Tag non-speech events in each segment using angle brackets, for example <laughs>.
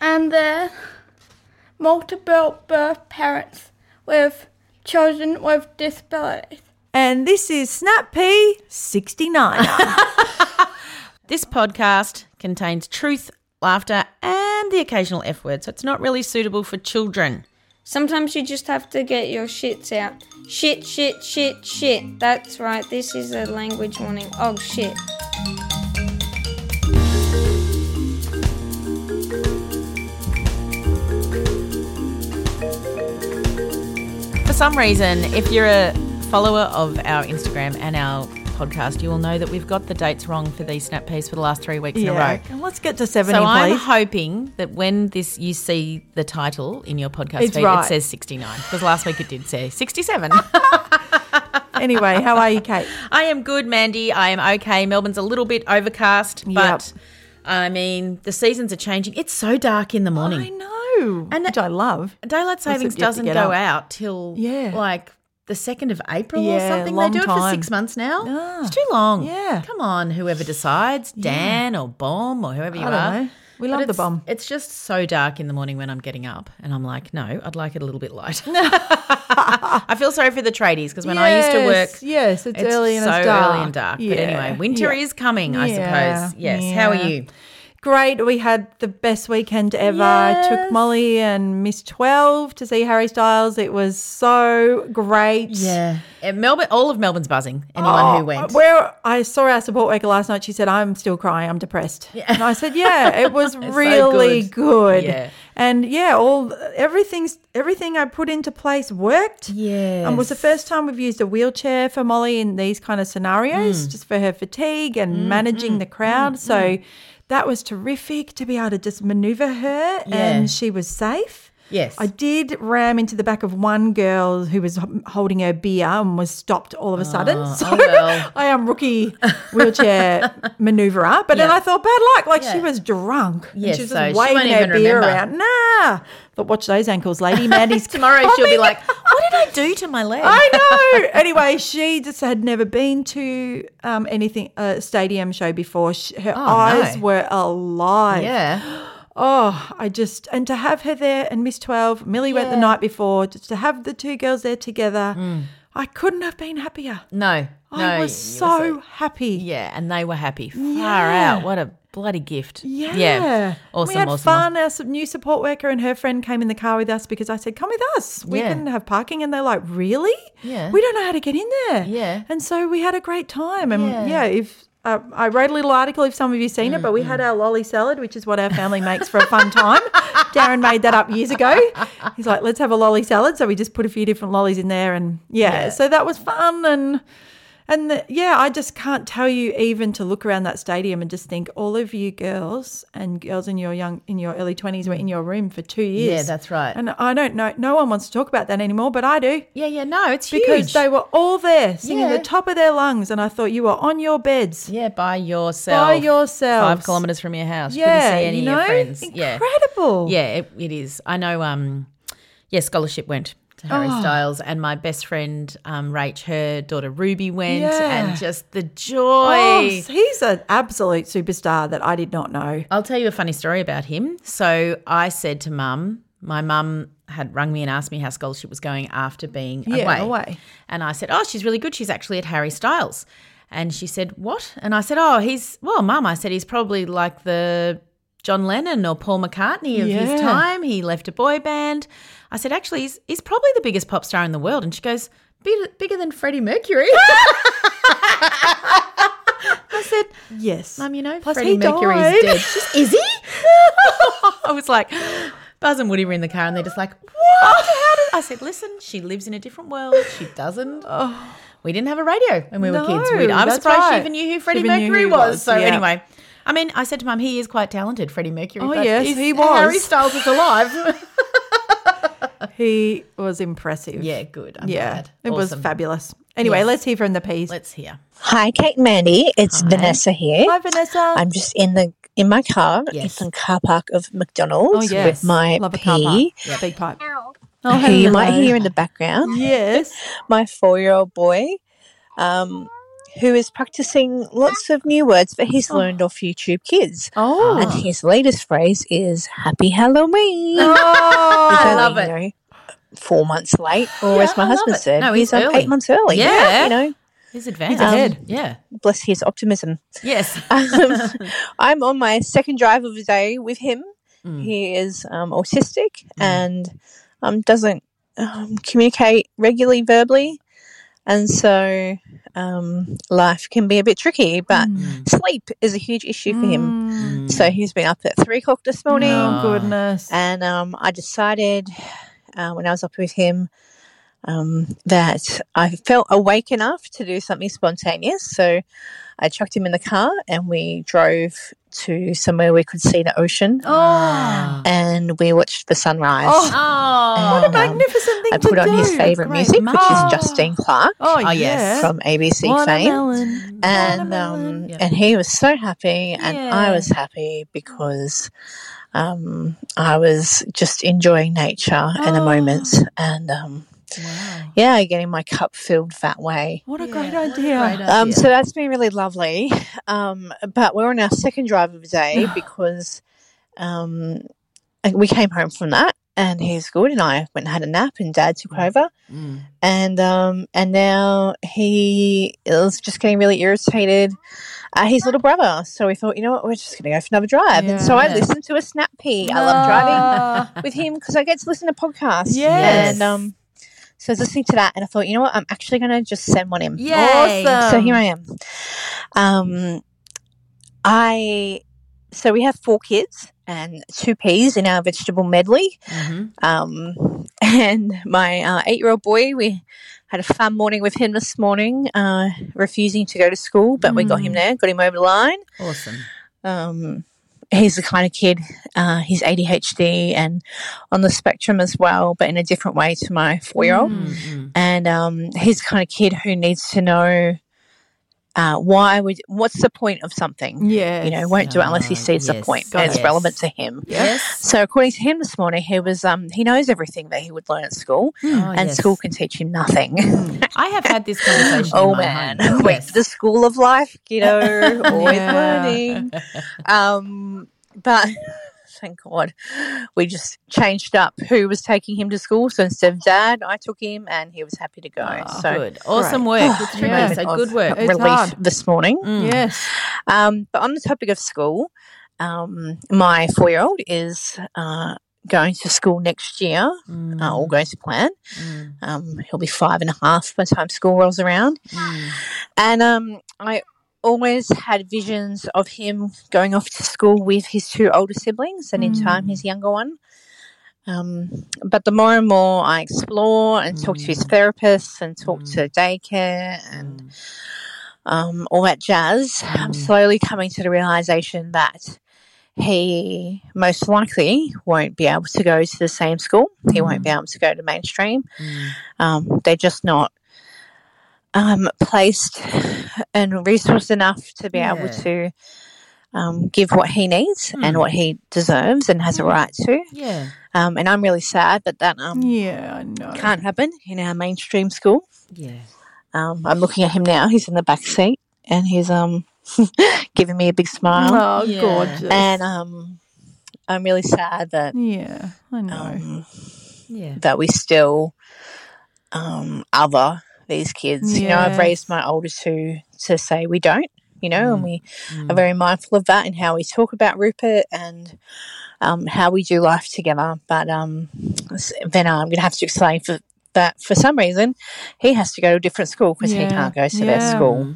and their multiple birth parents with children with disabilities. And this is Snap P <laughs> 69. This podcast contains truth, laughter, and the occasional F word, so it's not really suitable for children. Sometimes you just have to get your shits out. Shit, shit, shit, shit. That's right, this is a language warning. Oh shit. For some reason, if you're a follower of our Instagram and our podcast, you will know that we've got the dates wrong for these snap peas for the last three weeks in a row. And let's get to 70, So I'm please. hoping that when this you see the title in your podcast It's feed, right. it says 69 because last week it did <laughs> say 67. anyway, how <laughs> are you, Kate? I am good, Mandy. I am okay. Melbourne's a little bit overcast, but I mean the seasons are changing. It's so dark in the morning. know. And which I love. Daylight it savings you have to doesn't get go up? out till Yeah. like the second of April Yeah, or something. long they do it for time. six months now. Ah. It's too long. Yeah. Come on, whoever decides, Dan or Bomb or whoever you I don't are. know. We But love the it's- bomb. It's just so dark in the morning when I'm getting up, and I'm like, no, I'd like it a little bit light. <laughs> <laughs> I feel sorry for the tradies because when I used to work, Yes, yes, it's early and so it's dark. early and dark. Yeah, But anyway, winter yeah. is coming, I Yeah, suppose. Yes. How yeah. are you? Great. We had the best weekend ever. I took Molly and Miss 12 to see Harry Styles. It was so great. Uh, Melbourne, all of Melbourne's buzzing. Anyone Oh, uh, who went, Where I saw our support worker last night, she said, I'm still crying, I'm depressed. And I said, Yeah, <laughs> it was really good. good. Yeah. And yeah, all everything's everything I put into place worked. Yes. And was the first time we've used a wheelchair for Molly in these kind of Mm. scenarios, just for her fatigue and managing the crowd. So that was terrific to be able to just maneuver her Yeah. and she was safe. yes, I did ram into the back of one girl who was h- holding her beer and was stopped all of a sudden. so Ah, oh, well. <laughs> I am rookie <laughs> wheelchair maneuverer. But then Yeah. I thought bad luck. Like she Yeah. was drunk. and Yes, she was so just she waving won't her even beer remember. around. Nah. But watch those ankles, <laughs> lady. Mandy's Tomorrow she'll be coming. <laughs> like, "What did I do to my leg?" <laughs> I know. anyway, she just had never been to um, anything a stadium show before. She, her eyes Oh, no. were alive. Yeah, Oh, I just and to have her there and Miss Twelve, Millie went the night before. Just to have the two girls there together, I couldn't have been happier. no, Hmm. no. I you was were so happy. yeah, and they were happy. Far Yeah. out! What a bloody gift! Yeah. awesome, We had awesome. fun. Our s- new support worker and her friend came in the car with us because I said, Come with us. We Yeah. can have parking. And they're like, Really? Yeah. We don't know how to get in there. Yeah. And so we had a great time. And Yeah. Mm, yeah, if. Uh, I wrote a little article if some of you seen it, but we had our lolly salad, which is what our family makes for a fun time. <laughs> Darren made that up years ago. He's like, let's have a lolly salad. So we just put a few different lollies in there. And yeah, Yeah. so that was fun. And and the, yeah, I just can't tell you even to look around that stadium and just think all of you girls and girls in your young in your early twenties were in your room for two years. Yeah, that's right. And I don't know. No one wants to talk about that anymore, but I do Yeah, yeah. No, it's because huge. they were all there singing Yeah. the top of their lungs, and I thought you were on your beds yeah, by yourself. by yourselves, Five kilometers from your house. Yeah, Couldn't see any you know, of your friends. Yeah. incredible. Yeah, it, it is. I know. Um, yeah, scholarship went to Harry Oh. Styles, and my best friend, um, Rach, her daughter Ruby went, Yeah. and just the Oh, joy. he's an absolute superstar that I did not know. I'll tell you a funny story about him. So I said to mum, my mum had rung me and asked me how scholarship was going after being Yeah, away. away. And I said, Oh, she's really good. She's actually at Harry Styles. And she said, What? And I said, Oh, he's, well, mum, I said, he's probably like the John Lennon or Paul McCartney of Yeah. his time. He left a boy band. I said, Actually, he's, he's probably the biggest pop star in the world. And she goes, "Bigger- Bigger than Freddie Mercury. <laughs> I said, Yes, Mum, Um, you know, Plus, Freddie he Mercury's died. <laughs> dead. She's, is he? <laughs> I was like, Buzz and Woody were in the car and they're just like, what? How did-" I said, listen, she lives in a different world. She doesn't. We didn't have a radio when we were kids. Oh. No, We'd, I'm that's surprised right. she even knew She who Freddie even knew Mercury who he was. was, So yeah. anyway, I mean, I said to Mum, he is quite talented, Freddie Mercury. Oh, but yes, he's- he was. Harry Styles <laughs> is alive. He was impressive. yeah, good. I'm Yeah. glad. It was Awesome. fabulous. Anyway, Yes. let's hear from the peas. Let's hear. Hi, Kate and Mandy. It's Vanessa here. Hi, Vanessa. I'm just in the in my car Yes. in the car park of McDonald's oh, yes. with my Love a car pea, park. Big pipe. Oh, who you might hear in the background. Mm. Yes. My four-year-old boy, um, who is practicing lots of new words that he's learned off YouTube Kids, Oh. and his latest phrase is "Happy Halloween." <laughs> Oh. He's I only, love it. You know, Four months late, or as my I husband love it. said, No, he's, he's um, early. eight months early. Yeah. you know, He's advanced. ahead. Yeah. bless his optimism. Yes. <laughs> um, I'm on my second drive of the day with him. Mm. He is um, autistic and um, doesn't um, communicate regularly verbally. And so um, life can be a bit tricky, but Mm. sleep is a huge issue for him. Mm. So he's been up at three o'clock this morning. Oh, goodness. And um, I decided uh, when I was up with him um, that I felt awake enough to do something spontaneous. So I chucked him in the car and we drove to somewhere we could see the ocean Oh. Ah. and we watched the sunrise. Oh, Oh. And, um, magnificent thing I put to on do. his favourite Great music, which mom. is Justine Clark Oh, Oh, yes. yes. from ABC fame Watermelon. and Watermelon. um, Yep. and he was so happy, and Yeah. I was happy because um, I was just enjoying nature and the moment, Oh. and um, Wow. yeah, getting my cup filled that way. What a Yeah, great what a idea. great Um, idea. So that's been really lovely. Um, but we're on our second drive of <sighs> the day because um, and we came home from that, and he's good, and I went and had a nap, and Dad took over <laughs> Mm. and um and now he is just getting really irritated at his little brother. So we thought, you know what, we're just going to go for another drive. And so I Yeah. listened to a snap pea. I love driving Uh, with him because I get to listen to podcasts. Yes. And um, so I was listening to that, and I thought, you know what, I'm actually going to just send one in. Yay. Awesome. So here I am. Um, I so we have four kids and two peas in our vegetable medley. Mhm. Um, <laughs> and my uh, eight year old boy, we had a fun morning with him this morning, uh, refusing to go to school, but we got Mm. him there, got him over the line. Awesome. Um, he's the kind of kid, uh, he's ADHD and on the spectrum as well, but in a different way to my four year Mm. old. Mm-mm. And um, he's the kind of kid who needs to know uh, why would what's the point of something? Yes. You know, won't do it unless he Ah, sees the yes. point Got and it's it. relevant to him. Yes. So according to him this morning, he was um, he knows everything that he would learn at school, Oh, and yes. school can teach him nothing. I have had this conversation. oh in my man, <laughs> home. went Yes. to the school of life, kiddo, <laughs> always Yeah. learning. Um, but <laughs> thank God, we just changed up who was taking him to school. So instead of dad, I took him, and he was happy to go. so Ah, good. Awesome work. It's tricky. Yeah. So of good work. It's Relief hard. this morning. Mm. Yes. Um, but on the topic of school, um, my four year old is uh, going to school next year, uh, Oh. all going to plan. Mm. Um, he'll be five and a half by the time school rolls around. Mm. And um, I always had visions of him going off to school with his two older siblings and in time his younger one. Um, but the more and more I explore and talk to his therapists and talk to daycare and um, all that jazz, I'm slowly coming to the realization that he most likely won't be able to go to the same school. He won't be able to go to mainstream. Um, they're just not um, placed and resourced enough to be able Yeah. to um, give what he needs and what he deserves and has a right to. Yeah. Um, and I'm really sad that that um, Yeah, I know. can't happen in our mainstream school. Yeah. Um, I'm looking at him now. He's in the back seat and he's um <laughs> giving me a big smile. Oh, Yeah. gorgeous. And um, I'm really sad that yeah, I know. um, Yeah. that we still um other these kids. You know, I've raised my older two to say we don't. You know, Mm, and we are very mindful of that and how we talk about Rupert and um, how we do life together. But um, s- then I'm going to have to explain for, that for some reason he has to go to a different school because Yeah. he can't go to Yeah. Mm. their school.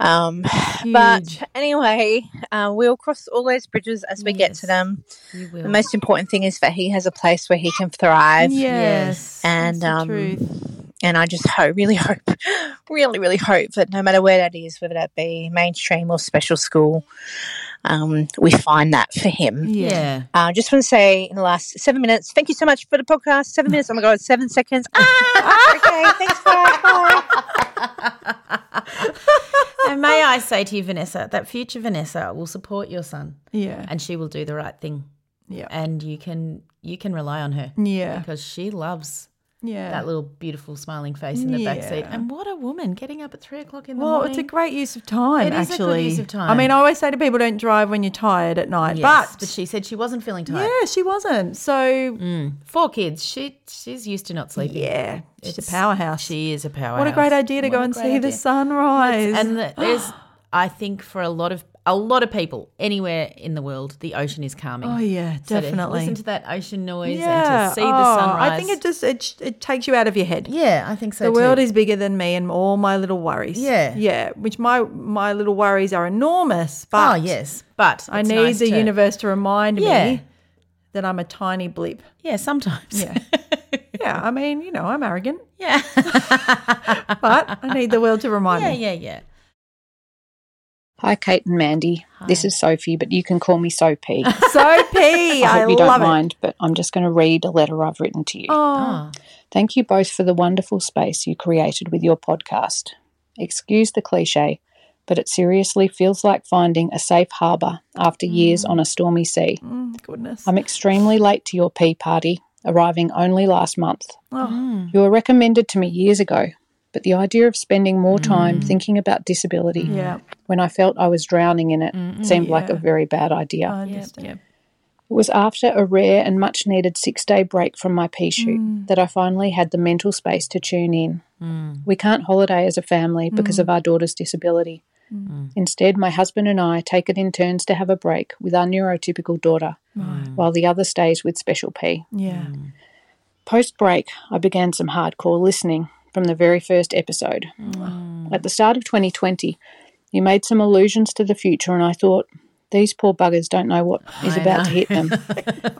Um, Huge. but anyway, uh, we'll cross all those bridges as we get to Yes. them. You will. The most important thing is that he has a place where he can thrive. yes, And that's um, the truth. And I just hope, really <laughs> hope, really, really hope that no matter where that is, whether that be mainstream or special school, um, we find that for him. Yeah. I uh, just want to say in the last seven minutes, thank you so much for the podcast. Seven minutes. Oh my God, seven seconds. Ah, okay, thanks, bye. bye. and may I say to you, Vanessa, that future Vanessa will support your son Yeah. and she will do the right thing. Yeah. And you can you can rely on her Yeah. because she loves Yeah. that little beautiful smiling face in the back seat. Yeah. And what a woman getting up at three o'clock in the Well, morning. it's a great use of time, It is a good actually. use of I time. mean, I always say to people, don't drive when you're tired at night. Yes, but, but she Mm. said she wasn't feeling tired. yeah, she wasn't. So, Four kids. She she's used to not sleeping. yeah, she's It's- a powerhouse. She is a powerhouse. what a great idea to go What a and see great the idea. sunrise. <gasps> And the- there's, I think, for a lot of a lot of people anywhere in the world, the ocean is calming. oh, yeah, So to definitely. listen to that ocean noise yeah. and to see Oh, the sunrise. I think it just it, it takes you out of your head. Yeah, I think so. the world too. is bigger than me and all my little worries. Yeah. Yeah, which my my little worries are enormous, Oh but yes, but I it's need nice the to- universe to remind Yeah. me that I'm a tiny <laughs> blip. Yeah, sometimes. Yeah. Yeah, I mean, you know, I'm arrogant, <laughs> <laughs> yeah. <laughs> but I need the world to remind Yeah. me. Yeah. Yeah. Hi, Kate and Mandy. This is Sophie, but you can call <laughs> me Soapy. I So P, I, hope you love don't it. mind, but I'm just going to read a letter I've written to you. Oh, Oh. Thank you both for the wonderful space you created with your podcast. Excuse the cliche, but it seriously feels like finding a safe harbour after years on a stormy sea. mm, goodness. I'm extremely late to your pea party, arriving only last month. mm, Oh, You were recommended to me years ago, but the idea of spending more time thinking about disability Mm. yeah, when I felt I was drowning in it seemed like a yeah. Uh, very bad idea. I understand. It was after a rare and much needed six day break from my pea shoot Mm. that I finally had the mental space to tune in. We can't holiday as a family Mm. because of our daughter's disability. Instead, my husband and I take it in turns to have a break with our neurotypical daughter while the other stays with Special P. Yeah, Mm. Post break, I began some hardcore listening from the very first episode. At the start of 2020, you made some allusions to the future, and I thought, these poor buggers don't know what is about to hit them.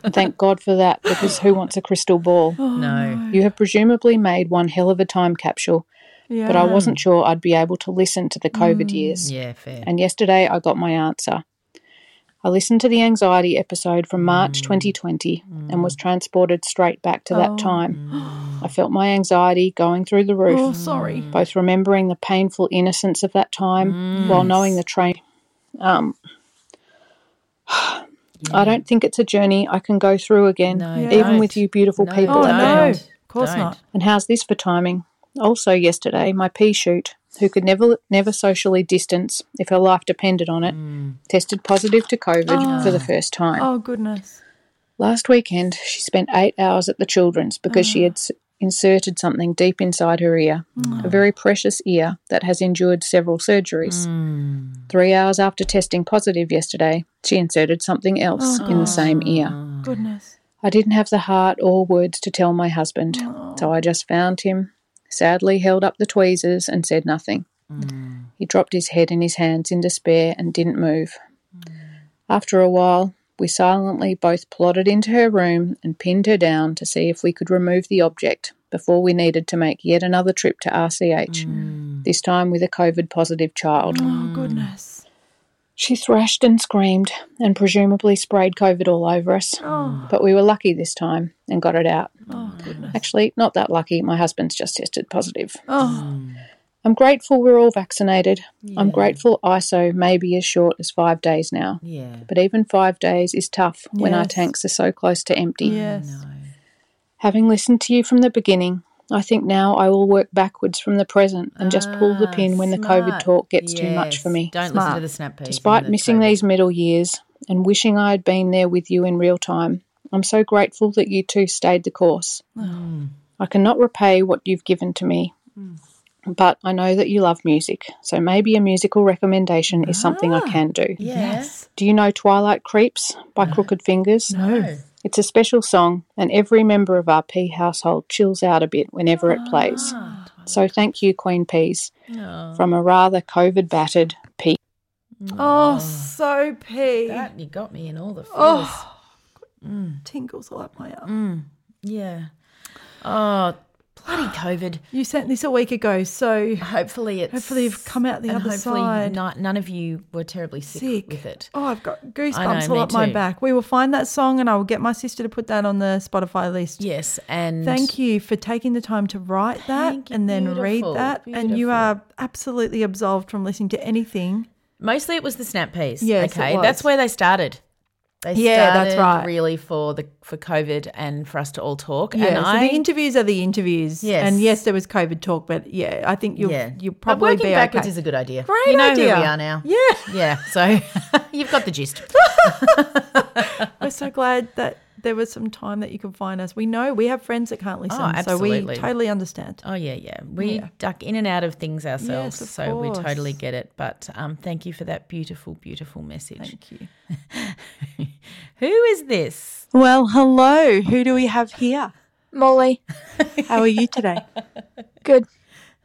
And Thank God for that, because who wants a crystal ball? No. You have presumably made one hell of a time capsule, yeah. but I wasn't sure I'd be able to listen to the COVID years. Yeah. Fair. And yesterday I got my answer. I listened to the anxiety episode from March Mm. 2020 and was transported straight back to Oh. that <gasps> time. I felt my anxiety going through the roof, Oh, Mm. sorry. both remembering the painful innocence of that time Mm. while knowing the train. Um, <sighs> I don't think it's a journey I can go through again, No, even don't. with you beautiful people Oh at the no, helm. of course Don't. not. And how's this for timing? Also, yesterday, my pea shoot, who could never never socially distance if her life depended on it, tested positive to COVID for the first time. Oh goodness. Last weekend, she spent eight hours at the children's because she had s- inserted something deep inside her ear, a very precious ear that has endured several surgeries. Three hours after testing positive yesterday, she inserted something else in the same ear. Goodness. I didn't have the heart or words to tell my husband, so I just found him, sadly held up the tweezers and said nothing. He dropped his head in his hands in despair and didn't move. After a while, we silently both plodded into her room and pinned her down to see if we could remove the object before we needed to make yet another trip to RCH, this time with a COVID positive child. Oh Mm. goodness. She thrashed and screamed and presumably sprayed COVID all over us. But we were lucky this time and got it out. Oh goodness. Actually, not that lucky. My husband's just tested positive. Oh, I'm grateful we're all vaccinated. I'm grateful ISO may be as short as five days now. Yeah. But even five days is tough when our Yes. tanks are so close to empty. yes. Having listened to you from the beginning, I think now I will work backwards from the present and just pull the Ah, pin when the COVID smart. talk gets too much Yes. for me. Don't listen Smart. to the snap peas. Despite missing these. these middle years and wishing I had been there with you in real time, I'm so grateful that you two stayed the course. Mm. I cannot repay what you've given to me, but I know that you love music, so maybe a musical recommendation is something I can do. Ah, Yes. Do you know Twilight Creeps by Crooked Fingers? No. It's a special song, and every member of our pea household chills out a bit whenever it plays. So thank you, Queen Peas, from a rather COVID battered pea. Oh, so pee. Mm. Ah. That you got me in all the feels. Mm. Oh, tingles all up my arm. Yeah. Oh, Bloody COVID. You sent this a week ago, so Hopefully it's Hopefully you've come out the and other hopefully side. Not, none of you were terribly sick, sick. with it. Oh, I've got I goosebumps all know, me up my too. back. We will find that song and I will get my sister to put that on the Spotify list. Yes, and Thank you for taking the time to write Thank that you. and then read Beautiful, that. And you beautiful. are absolutely absolved from listening to anything. Mostly it was the snap piece. Yes, it okay, was. that's where they started. They Yeah, that's started right. Really for the for COVID and for us to all talk. Yeah, and so the interviews are the interviews. Yes. And yes, there was COVID talk, but yeah, I think you'll yeah, you'll probably but working be backwards okay. is a good idea. Great you know idea. who we are now. <laughs> Yeah. yeah. So <laughs> you've got the gist. We're so glad that there was some time that you could find us. We know we have friends that can't listen, so we Oh, absolutely. totally understand. Oh yeah, yeah. We duck in and out of things ourselves, Yes, of so we totally course. get it. But um, thank you for that beautiful, beautiful message. Thank you. Who is this? Well, hello. Who do we have here? Molly. How are <laughs> you today? Good.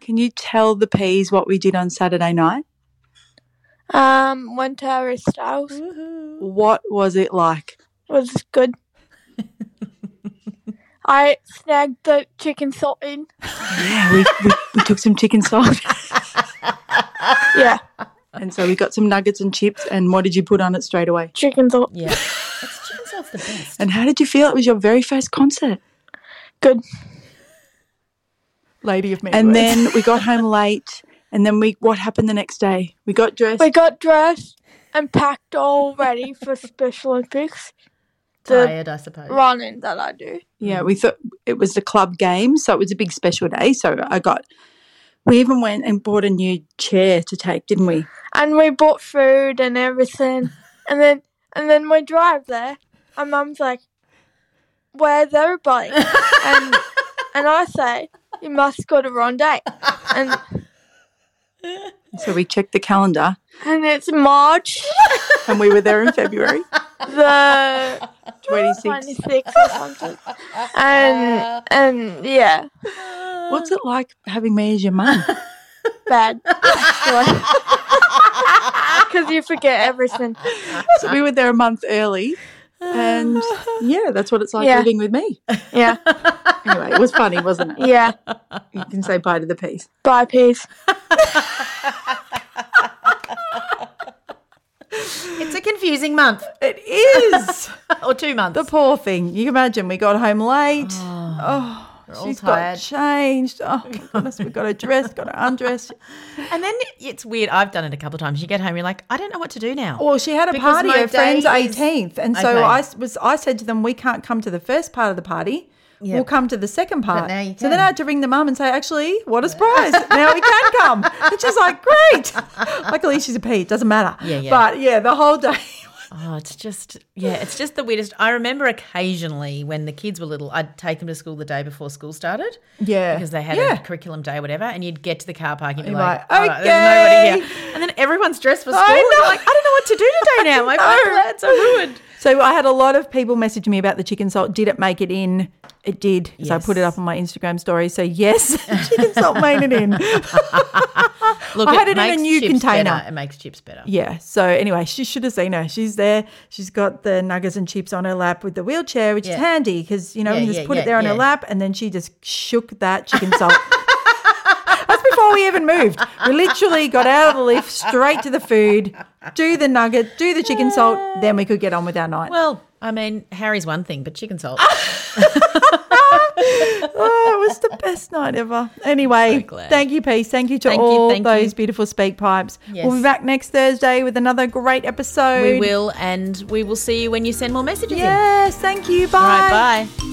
Can you tell the peas what we did on Saturday night? Um, went to our styles. What was it like? Was good. I snagged the chicken saltine. Yeah, we, we, we took some chicken salt <laughs> Yeah, and so we got some nuggets and chips. And what did you put on it straight away? chicken salt. <laughs> Yeah, it's chicken salt's the best. And how did you feel? It was your very first concert. Good. Lady of many And words. then we got <laughs> home late. And then we, what happened the next day? We got dressed. We got dressed and packed all ready for Special Olympics Tired, I suppose. running that I do. Yeah, we thought it was the club game, so it was a big special day. So I got, we even went and bought a new chair to take, didn't we? And we bought food and everything. And then and then we drive there and mum's like, Where's everybody? and and I say, You must go to Rondé. And So we checked the calendar and it's March and we were there <laughs> in February the 26th. 26th or something. And and yeah, What's it like having me as your mum? bad. <laughs> Because you forget everything. So we were there a month early. <laughs> And yeah, that's what it's like Yeah. living with me. Yeah, Anyway, it was funny, wasn't it? yeah. You can say bye to the piece. Bye, peace. It's a confusing month it is or two months. the poor thing. You can imagine we got home late. Oh, she's Ah, all got tired. changed. Oh my goodness, we got her dressed, got her undressed. and then it's weird. I've done it a couple of times. You get home, you're like, I don't know what to do now. Well, she had a Because party, my her friend's day is- eighteenth, and so Okay. I s- was. I said to them, "We can't come to the first part of the party. We'll come to the second part." now you So then can. I had to ring the mum and say, "Actually, what a surprise! now we can come." And she's like, "Great!" Luckily, she's a P. It doesn't matter. Yeah, yeah. But yeah, the whole day. Oh, it's just yeah, it's just the weirdest. I remember occasionally when the kids were little, I'd take them to school the day before school started. Yeah. because they had Yeah. a curriculum day, or whatever, and you'd get to the car park and be You're like, like, "All right, there's nobody "Okay." here," and then everyone's dressed for I school. I, and know. you're like, I don't know what to do today now. My <laughs> I know. plans are ruined. So I had a lot of people message me about the chicken salt. Did it make it in? It did. 'cause I Yes. put it up on my Instagram story. So yes, <laughs> chicken salt made it <laughs> in. Look, I had it in a makes new chips container. better. It makes chips better. Yeah. So anyway, she should have seen her. She's there. She's got the nuggets and chips on her lap with the wheelchair, which is Yeah. handy because you know Yeah, you just yeah, put yeah, it there on her yeah. lap, and then she just shook that chicken salt. <laughs> That's before we even moved. We literally got out of the lift straight to the food, do the nugget, do the chicken salt, then we could get on with our night. Well, I mean, Harry's one thing, but chicken salt. Ah, oh, it was the best night ever. Anyway, glad. thank you, Peace. Thank you to Thank you, all thank those you. beautiful speak pipes. We'll be Yes. back next Thursday with another great episode. we will, and we will see you when you send more messages in. Yes, thank you. Bye. All right, bye.